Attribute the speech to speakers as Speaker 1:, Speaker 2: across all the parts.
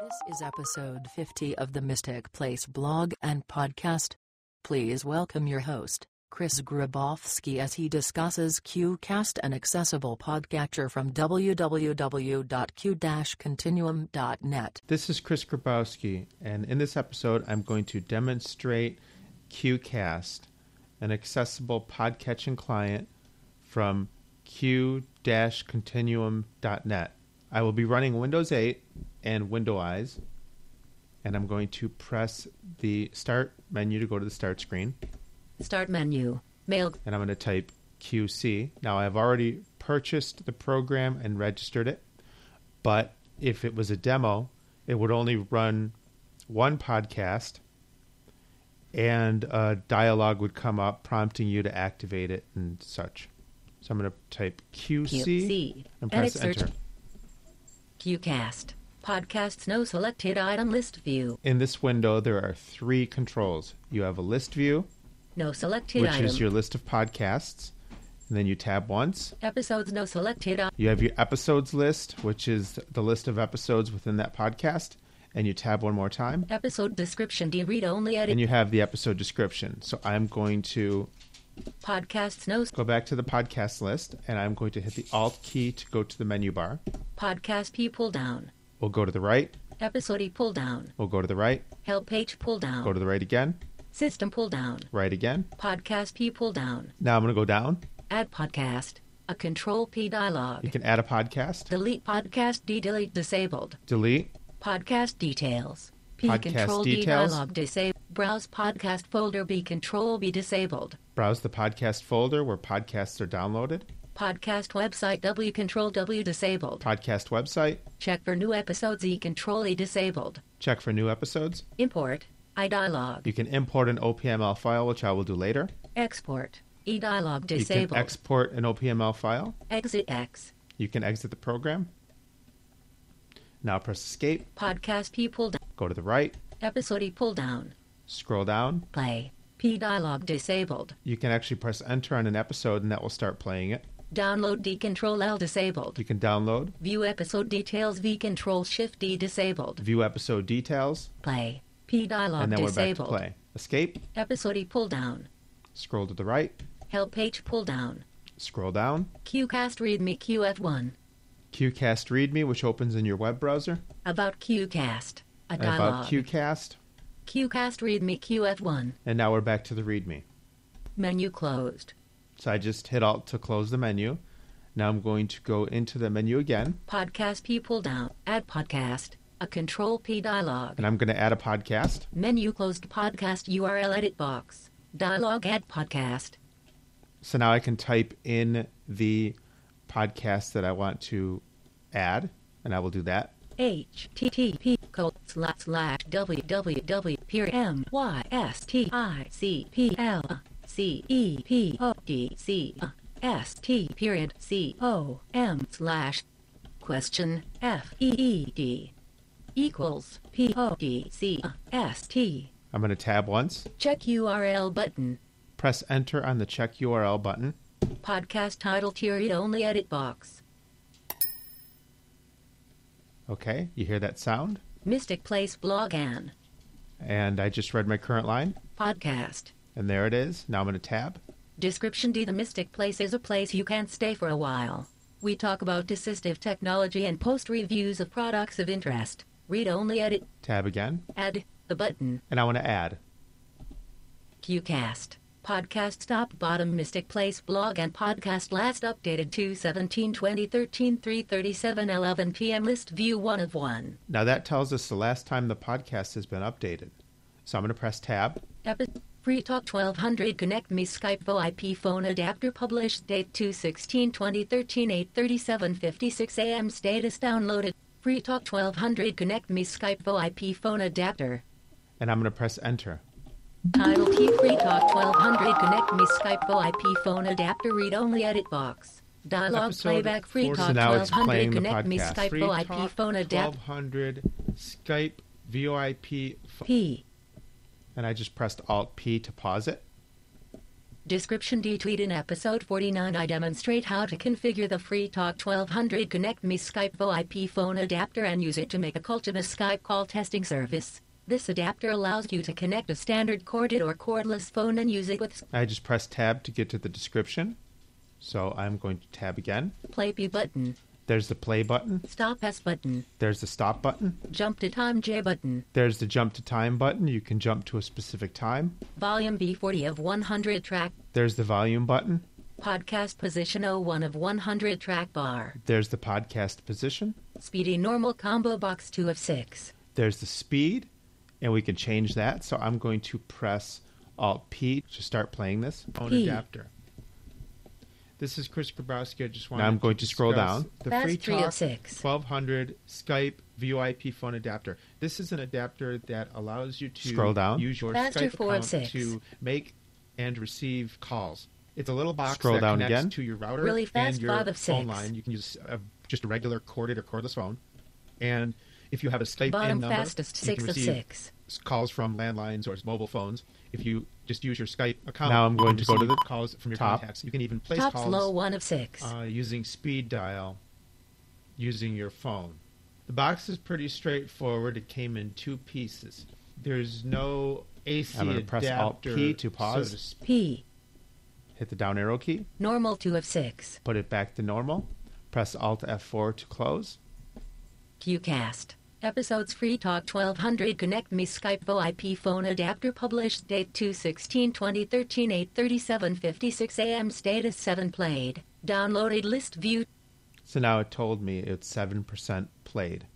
Speaker 1: This is episode 50 of the Mystic Place blog and podcast. Please welcome your host, Chris Grabowski, as he discusses QCast, an accessible podcatcher from www.q-continuum.net.
Speaker 2: This is Chris Grabowski, and in this episode, I'm going to demonstrate QCast, an accessible podcatching client from q-continuum.net. I will be running Windows 8 and Windows, and I'm going to press the Start menu to go to the Start screen,
Speaker 3: Start menu. Mail.
Speaker 2: and I'm going to type QC. Now, I've already purchased the program and registered it, but if it was a demo, it would only run one podcast, and a dialog would come up prompting you to activate it and such. So I'm going to type QC,
Speaker 3: QC.
Speaker 2: and
Speaker 3: Edit
Speaker 2: press
Speaker 3: search.
Speaker 2: enter.
Speaker 3: QCast. Podcasts no selected item list view.
Speaker 2: In this window, there are three controls. You have a list view,
Speaker 3: No selected
Speaker 2: which
Speaker 3: item.
Speaker 2: is your list of podcasts, and then you tab once.
Speaker 3: Episodes no selected item.
Speaker 2: You have your episodes list, which is the list of episodes within that podcast, and you tab one more time.
Speaker 3: Episode description D read only edit.
Speaker 2: And you have the episode description. So I'm going to
Speaker 3: Podcasts no
Speaker 2: go back to the podcast list, and I'm going to hit the Alt key to go to the menu bar.
Speaker 3: podcast P pull down.
Speaker 2: We'll go to the right,
Speaker 3: Episode E pull down.
Speaker 2: we'll go to the right,
Speaker 3: Help page pull
Speaker 2: go
Speaker 3: down.
Speaker 2: to the right again,
Speaker 3: System pull down.
Speaker 2: right again.
Speaker 3: Podcast P pull down.
Speaker 2: Now I'm going to go down.
Speaker 3: Add podcast. A control P dialog.
Speaker 2: You can add a podcast,
Speaker 3: Delete podcast D delete disabled.
Speaker 2: delete,
Speaker 3: Podcast details. P
Speaker 2: Podcast
Speaker 3: control
Speaker 2: details.
Speaker 3: D dialog disabled. Browse podcast folder B control B disabled.
Speaker 2: browse the podcast folder where podcasts are downloaded,
Speaker 3: Podcast website W control W disabled.
Speaker 2: podcast website,
Speaker 3: Check for new episodes E control E disabled.
Speaker 2: check for new episodes.
Speaker 3: Import. I dialog.
Speaker 2: You can import an OPML file, which I will do later.
Speaker 3: Export. E dialog
Speaker 2: You
Speaker 3: disabled.
Speaker 2: can export an OPML file.
Speaker 3: Exit X.
Speaker 2: You can exit the program. Now press escape,
Speaker 3: Podcast P pull down.
Speaker 2: go to the right,
Speaker 3: Episode E pull down.
Speaker 2: scroll down.
Speaker 3: Play. P dialog disabled.
Speaker 2: You can actually press enter on an episode and that will start playing it.
Speaker 3: Download D control L disabled.
Speaker 2: You can download,
Speaker 3: View episode details V control shift D disabled.
Speaker 2: view episode details,
Speaker 3: Play. P
Speaker 1: Oh,
Speaker 3: dialog
Speaker 2: and then we're back to
Speaker 3: disabled.
Speaker 2: play. Escape,
Speaker 3: Episode E pull down.
Speaker 2: scroll to the right,
Speaker 3: Help page pull down.
Speaker 2: scroll down.
Speaker 3: QCast readme QF1.
Speaker 2: QCast README, which opens in your web browser.
Speaker 3: About QCast. A
Speaker 2: And About
Speaker 3: dialogue.
Speaker 2: QCast.
Speaker 3: QCast readme QF1.
Speaker 2: And now we're back to the README.
Speaker 3: Menu closed.
Speaker 2: So I just hit Alt to close the menu. Now I'm going to go into the menu again,
Speaker 3: Podcast P pull down. Add podcast. A control P dialog.
Speaker 2: and I'm going to add a podcast.
Speaker 3: Menu closed podcast URL edit box. Dialog add podcast.
Speaker 2: So now I can type in the podcast that I want to add, and I will do that.
Speaker 3: HTTP colon slash slash www peer m y s t i c p l c e p o d c s t period c o m slash question f e e d equals p o d c s t
Speaker 2: I'm going to tab once,
Speaker 3: check URL button
Speaker 2: press enter on the check URL button.
Speaker 3: podcast title tier read only edit box
Speaker 2: Okay, you hear that sound?
Speaker 3: Mystic Place blog and
Speaker 2: And I just read my current line,
Speaker 3: podcast.
Speaker 2: and there it is. Now I'm going to tab.
Speaker 3: Description D The Mystic Place is a place you can stay for a while. We talk about assistive technology and post reviews of products of interest. Read only edit,
Speaker 2: Tab again,
Speaker 3: add, the button,
Speaker 2: and I want to add.
Speaker 3: QCast. Podcast top bottom Mystic Place blog and podcast last updated 2 17 2013 337 11 p.m. list view 1 of 1.
Speaker 2: Now that tells us the last time the podcast has been updated. So I'm going to press tab.
Speaker 3: Epi- Free Talk 1200 Connect Me Skype VoIP Phone Adapter Published Date 216 2013 837 56 AM Status Downloaded Free Talk 1200 Connect Me Skype VoIP Phone Adapter
Speaker 2: and I'm going to press enter.
Speaker 3: Title T Free Talk 1200 Connect Me Skype VoIP Phone Adapter Read Only Edit Box Dialogue
Speaker 2: Episode
Speaker 3: Playback Free
Speaker 2: four-
Speaker 3: Talk
Speaker 2: so now it's
Speaker 3: 1200
Speaker 2: playing the
Speaker 3: Connect Me
Speaker 2: podcast.
Speaker 3: Skype
Speaker 2: Free
Speaker 3: VoIP
Speaker 2: Talk
Speaker 3: Phone Adapter
Speaker 2: 1200 Skype VoIP, ph-
Speaker 3: P
Speaker 2: and I just pressed Alt P to pause it.
Speaker 3: Description Detweet in episode 49 I demonstrate how to configure the FreeTalk 1200 Connect Me Skype VoIP phone adapter and use it to make a call to the Skype call testing service. This adapter allows you to connect a standard corded or cordless phone and use it with
Speaker 2: I just press tab to get to the description. So I'm going to tab again.
Speaker 3: Play B button,
Speaker 2: There's the play button.
Speaker 3: Stop S button,
Speaker 2: There's the stop button.
Speaker 3: Jump to Time J button,
Speaker 2: There's the jump to time button. You can jump to a specific time.
Speaker 3: Volume B40 of 100 track,
Speaker 2: There's the volume button.
Speaker 3: Podcast Position 01 of 100 track bar,
Speaker 2: There's the podcast position.
Speaker 3: Speedy Normal Combo Box 2 of 6.
Speaker 2: There's the speed, and we can change that. So I'm going to press Alt P to start playing this. Phone
Speaker 3: P.
Speaker 2: adapter.
Speaker 4: This is Chris Grabowski. I just wanted
Speaker 2: Now I'm going to scroll
Speaker 4: discuss
Speaker 2: down.
Speaker 4: The
Speaker 3: That's
Speaker 4: free
Speaker 3: three of
Speaker 4: Talk
Speaker 3: six.
Speaker 4: 1200 Skype VoIP phone adapter. This is an adapter that allows you to
Speaker 2: Scroll down.
Speaker 4: use your
Speaker 3: That's your
Speaker 4: Skype
Speaker 3: four of
Speaker 4: account
Speaker 3: six.
Speaker 4: to make and receive calls. It's a little box
Speaker 2: Scroll
Speaker 4: that
Speaker 2: down
Speaker 4: connects
Speaker 2: again.
Speaker 4: to your router
Speaker 3: Really fast,
Speaker 4: and your
Speaker 3: five of
Speaker 4: phone
Speaker 3: six.
Speaker 4: line. You can use uh, just a regular corded or cordless phone. And if you have a Skype
Speaker 3: Bottom
Speaker 4: in number,
Speaker 3: fastest
Speaker 4: you can
Speaker 3: six of
Speaker 4: receive
Speaker 3: six.
Speaker 4: s- calls from landlines or mobile phones. If you just use your Skype account,
Speaker 2: Now I'm
Speaker 4: you
Speaker 2: going to
Speaker 4: can
Speaker 2: go to
Speaker 4: receive
Speaker 2: the
Speaker 4: calls from your
Speaker 2: top.
Speaker 4: contacts. You can even place
Speaker 3: Top
Speaker 4: calls
Speaker 3: slow one of six.
Speaker 4: uh, using speed dial using your phone. The box is pretty straightforward. It came in two pieces. There's no AC
Speaker 2: I'm gonna
Speaker 4: adapter
Speaker 2: press Alt P to pause.
Speaker 4: So to speak.
Speaker 3: P.
Speaker 2: Hit the down arrow key,
Speaker 3: Normal two of six.
Speaker 2: put it back to normal. Press Alt F4 to close.
Speaker 3: QCast. Episodes Free Talk 1200 Connect Me Skype VoIP Phone Adapter Published Date 216 2013 837 56 AM Status 7 Played. Downloaded List View
Speaker 2: So now it told me it's 7% played.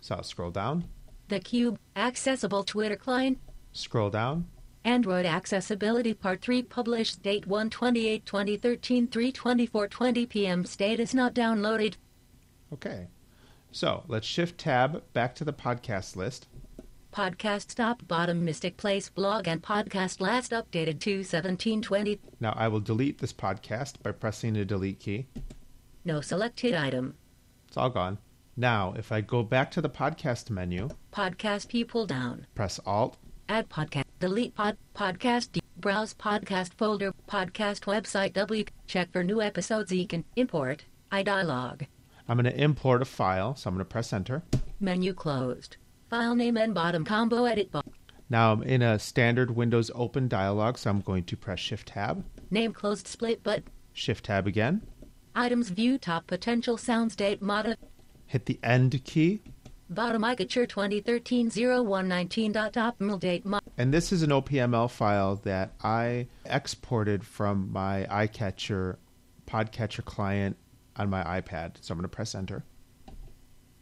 Speaker 2: So I'll scroll down,
Speaker 3: The Cube. Accessible Twitter Client.
Speaker 2: scroll down,
Speaker 3: Android Accessibility Part 3 Published Date 128 2013 324 20 PM Status Not Downloaded
Speaker 2: Okay. So let's shift tab back to the podcast list.
Speaker 3: Podcast Stop Bottom Mystic Place Blog and Podcast Last Updated 21720
Speaker 2: Now I will delete this podcast by pressing the delete key.
Speaker 3: No Selected Item
Speaker 2: It's all gone. Now, if I go back to the podcast menu,
Speaker 3: Podcast People Down
Speaker 2: press Alt,
Speaker 3: Add Podcast Delete Pod Podcast D- Browse Podcast Folder Podcast Website W Check for New Episodes You can Import iDialog
Speaker 2: I'm going to import a file. So I'm going to press enter.
Speaker 3: Menu Closed File Name and Bottom Combo Edit Box
Speaker 2: Now I'm in a standard Windows open dialog. So I'm going to press shift tab,
Speaker 3: Name Closed Split But
Speaker 2: shift tab again,
Speaker 3: Items View Top Potential Sounds Date Mod
Speaker 2: hit the end key.
Speaker 3: Bottom Icature 2013 0119. Optimal Date Mod
Speaker 2: And this is an OPML file that I exported from my iCatcher podcatcher client on my iPad. So I'm going to press enter.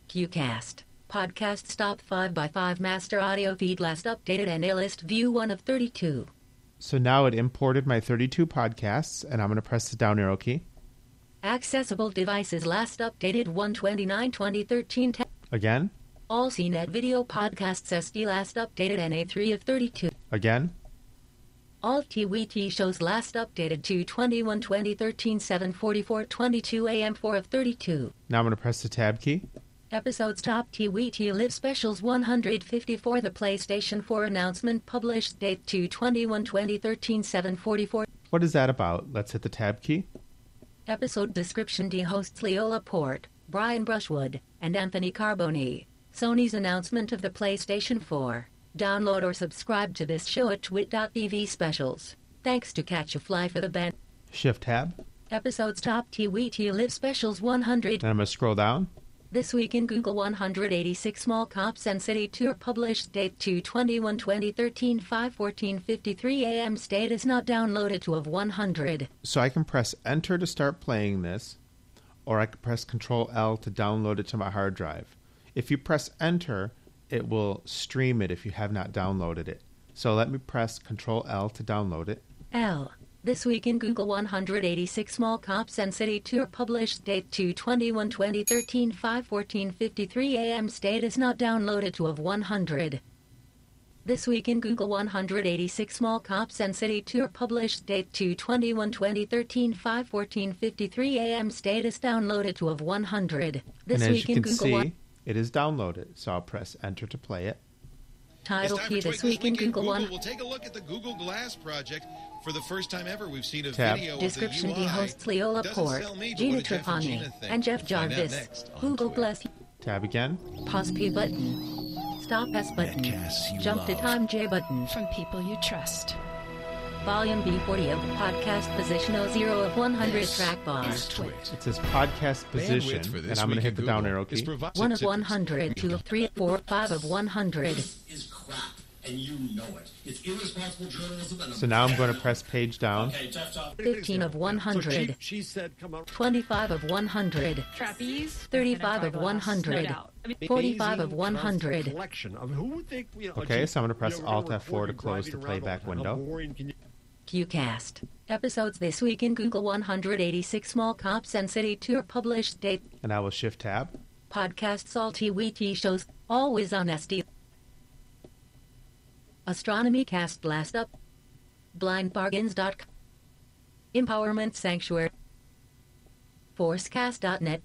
Speaker 3: QCast. Podcast Stop 5x5 Master Audio Feed Last Updated and A List View 1 of 32.
Speaker 2: So now it imported my 32 podcasts, and I'm going to press the down arrow key.
Speaker 3: Accessible Devices Last Updated 129 2013. Te-
Speaker 2: Again,
Speaker 3: All CNET Video Podcasts SD Last Updated and A3 of 32.
Speaker 2: again,
Speaker 3: All TWT Shows Last Updated 221 2013 744 22 AM 4 of 32.
Speaker 2: now I'm going to press the tab key.
Speaker 3: Episodes Top TWT Live Specials 154 The PlayStation 4 Announcement Published Date 221 2013 744
Speaker 2: What is that about? Let's hit the tab key.
Speaker 3: Episode description D hosts Leola Port, Brian Brushwood, and Anthony Carboni. Sony's announcement of the PlayStation 4. Download or subscribe to this show at twit.tv specials. Thanks to Catch a Fly for the band.
Speaker 2: Shift tab,
Speaker 3: Episodes Top TWT Live Specials 100.
Speaker 2: and I'm going to scroll down.
Speaker 3: This Week in Google 186 Small Cops and City Tour published date 221 2013 5:14:53 a.m. Status not downloaded to of 100.
Speaker 2: So I can press enter to start playing this, or I can press control L to download it to my hard drive. If you press enter, it will stream it if you have not downloaded it. So let me press control L to download it.
Speaker 3: L. This week in Google 186 Small Cops and City Tour published date 221 2013 5:14:53 a.m. Status not downloaded to of 100. This week in Google 186 Small Cops and City Tour published date 221 2013 5:14:53 a.m. Status downloaded to of 100. This
Speaker 2: and as
Speaker 3: week
Speaker 2: you
Speaker 3: in
Speaker 2: can
Speaker 3: Google
Speaker 2: see,
Speaker 3: One-
Speaker 2: it is downloaded. So I'll press enter to play it.
Speaker 3: title
Speaker 5: it's time
Speaker 3: key
Speaker 5: for
Speaker 3: this
Speaker 5: Twig
Speaker 3: week in Google
Speaker 5: Google.
Speaker 3: One.
Speaker 5: We'll take a look at the Google Glass project. For the first time ever, we've seen a
Speaker 2: Tab.
Speaker 5: video
Speaker 3: Description
Speaker 5: of the
Speaker 3: D
Speaker 5: UI.
Speaker 3: hosts Leola
Speaker 5: Doesn't
Speaker 3: Port,
Speaker 5: sell me, but
Speaker 3: Gina
Speaker 5: what do Jeff and Gina
Speaker 3: Trapani,
Speaker 5: think?
Speaker 3: and Jeff
Speaker 5: We'll find out
Speaker 3: Jarvis.
Speaker 5: next on
Speaker 3: Google
Speaker 5: Twig.
Speaker 3: Glass.
Speaker 2: Tab again.
Speaker 3: Pause P button. Stop S button.
Speaker 6: Podcasts you
Speaker 3: Jump to
Speaker 6: love.
Speaker 3: time J button.
Speaker 7: from people you trust.
Speaker 3: Volume B40 of podcast position 0 of 100
Speaker 6: This
Speaker 3: track bar.
Speaker 6: is Twit.
Speaker 2: It says podcast position,
Speaker 5: Bandwidth for this
Speaker 2: and I'm going
Speaker 5: week
Speaker 2: to hit
Speaker 5: in
Speaker 2: the down
Speaker 5: Google
Speaker 2: arrow
Speaker 5: is
Speaker 2: key.
Speaker 5: provided-
Speaker 3: 1 of 100, 2 of 3, 4 of 5 of 100.
Speaker 8: is crap, and you know it. It's irresponsible journalism, and
Speaker 2: So now I'm going to press page down.
Speaker 8: Okay, tough talk.
Speaker 3: 15 of 100. 25 of 100.
Speaker 9: Trapeze.
Speaker 3: 35 of
Speaker 9: Glass,
Speaker 3: 100.
Speaker 9: No doubt. I mean,
Speaker 3: 45 of 100.
Speaker 2: Okay, so I'm going to press Alt F4 to close the playback window.
Speaker 3: QCast. Episodes this week in Google 186 Small Cops and City Tour published date.
Speaker 2: And I will shift tab.
Speaker 3: Podcasts all TWT shows, always on SD. Astronomy Cast Blast Up. BlindBargains.com. Empowerment Sanctuary. Forcecast.net.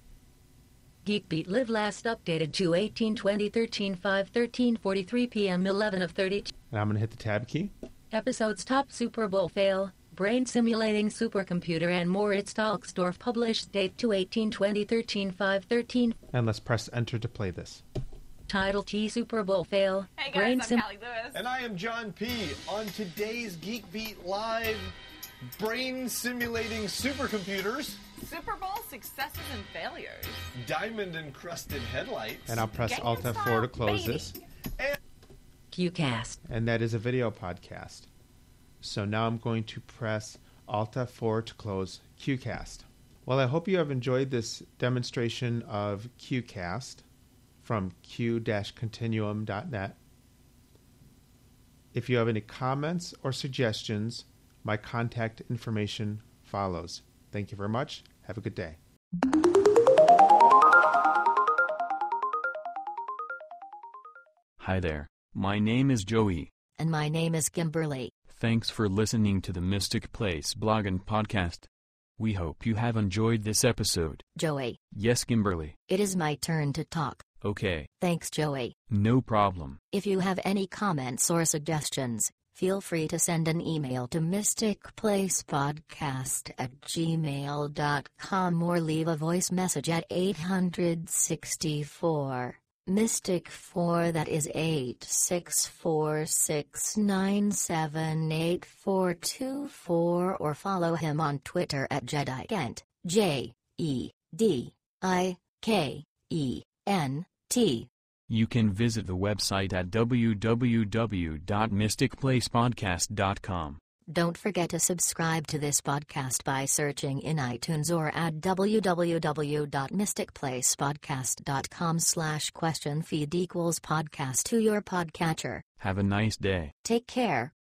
Speaker 3: Geekbeat Live last updated to 18 20 13 5 13 43 p.m. 11 of 32.
Speaker 2: And I'm going to hit the tab key.
Speaker 3: Episodes top Super Bowl fail, brain simulating supercomputer and Moritz Talksdorf published date to 18 20 13 5 13
Speaker 2: And let's press enter to play this.
Speaker 3: title T Super Bowl fail,
Speaker 9: Hey guys,
Speaker 3: brain
Speaker 9: I'm
Speaker 3: sim
Speaker 9: Callie Lewis.
Speaker 10: And I am John P. On today's Geek Beat Live, brain simulating supercomputers,
Speaker 9: Super Bowl successes and failures.
Speaker 10: diamond encrusted headlights.
Speaker 2: And I'll press Alt F4 to close this.
Speaker 3: QCast.
Speaker 2: And that is a video podcast. So now I'm going to press Alt F4 to close QCast. Well, I hope you have enjoyed this demonstration of QCast from q-continuum.net. If you have any comments or suggestions, my contact information follows. Thank you very much. Have a good day.
Speaker 6: Hi there, my name is Joey.
Speaker 1: And my name is Kimberly.
Speaker 6: Thanks for listening to the Mystic Place blog and podcast. We hope you have enjoyed this episode.
Speaker 1: Joey,
Speaker 6: Yes, Kimberly.
Speaker 1: it is my turn to talk.
Speaker 6: Okay,
Speaker 1: Thanks, Joey.
Speaker 6: no problem.
Speaker 1: If you have any comments or suggestions, feel free to send an email to mysticplacepodcast at gmail.com or leave a voice message at 864 Mystic 4 that is 86469784424 or follow him on Twitter at Jedi Kent, J E D I K E N T.
Speaker 6: You can visit the website at www.mysticplacepodcast.com.
Speaker 1: Don't forget to subscribe to this podcast by searching in iTunes or at www.mysticplacepodcast.com slash question feed equals podcast to your podcatcher.
Speaker 6: Have a nice day.
Speaker 1: Take care.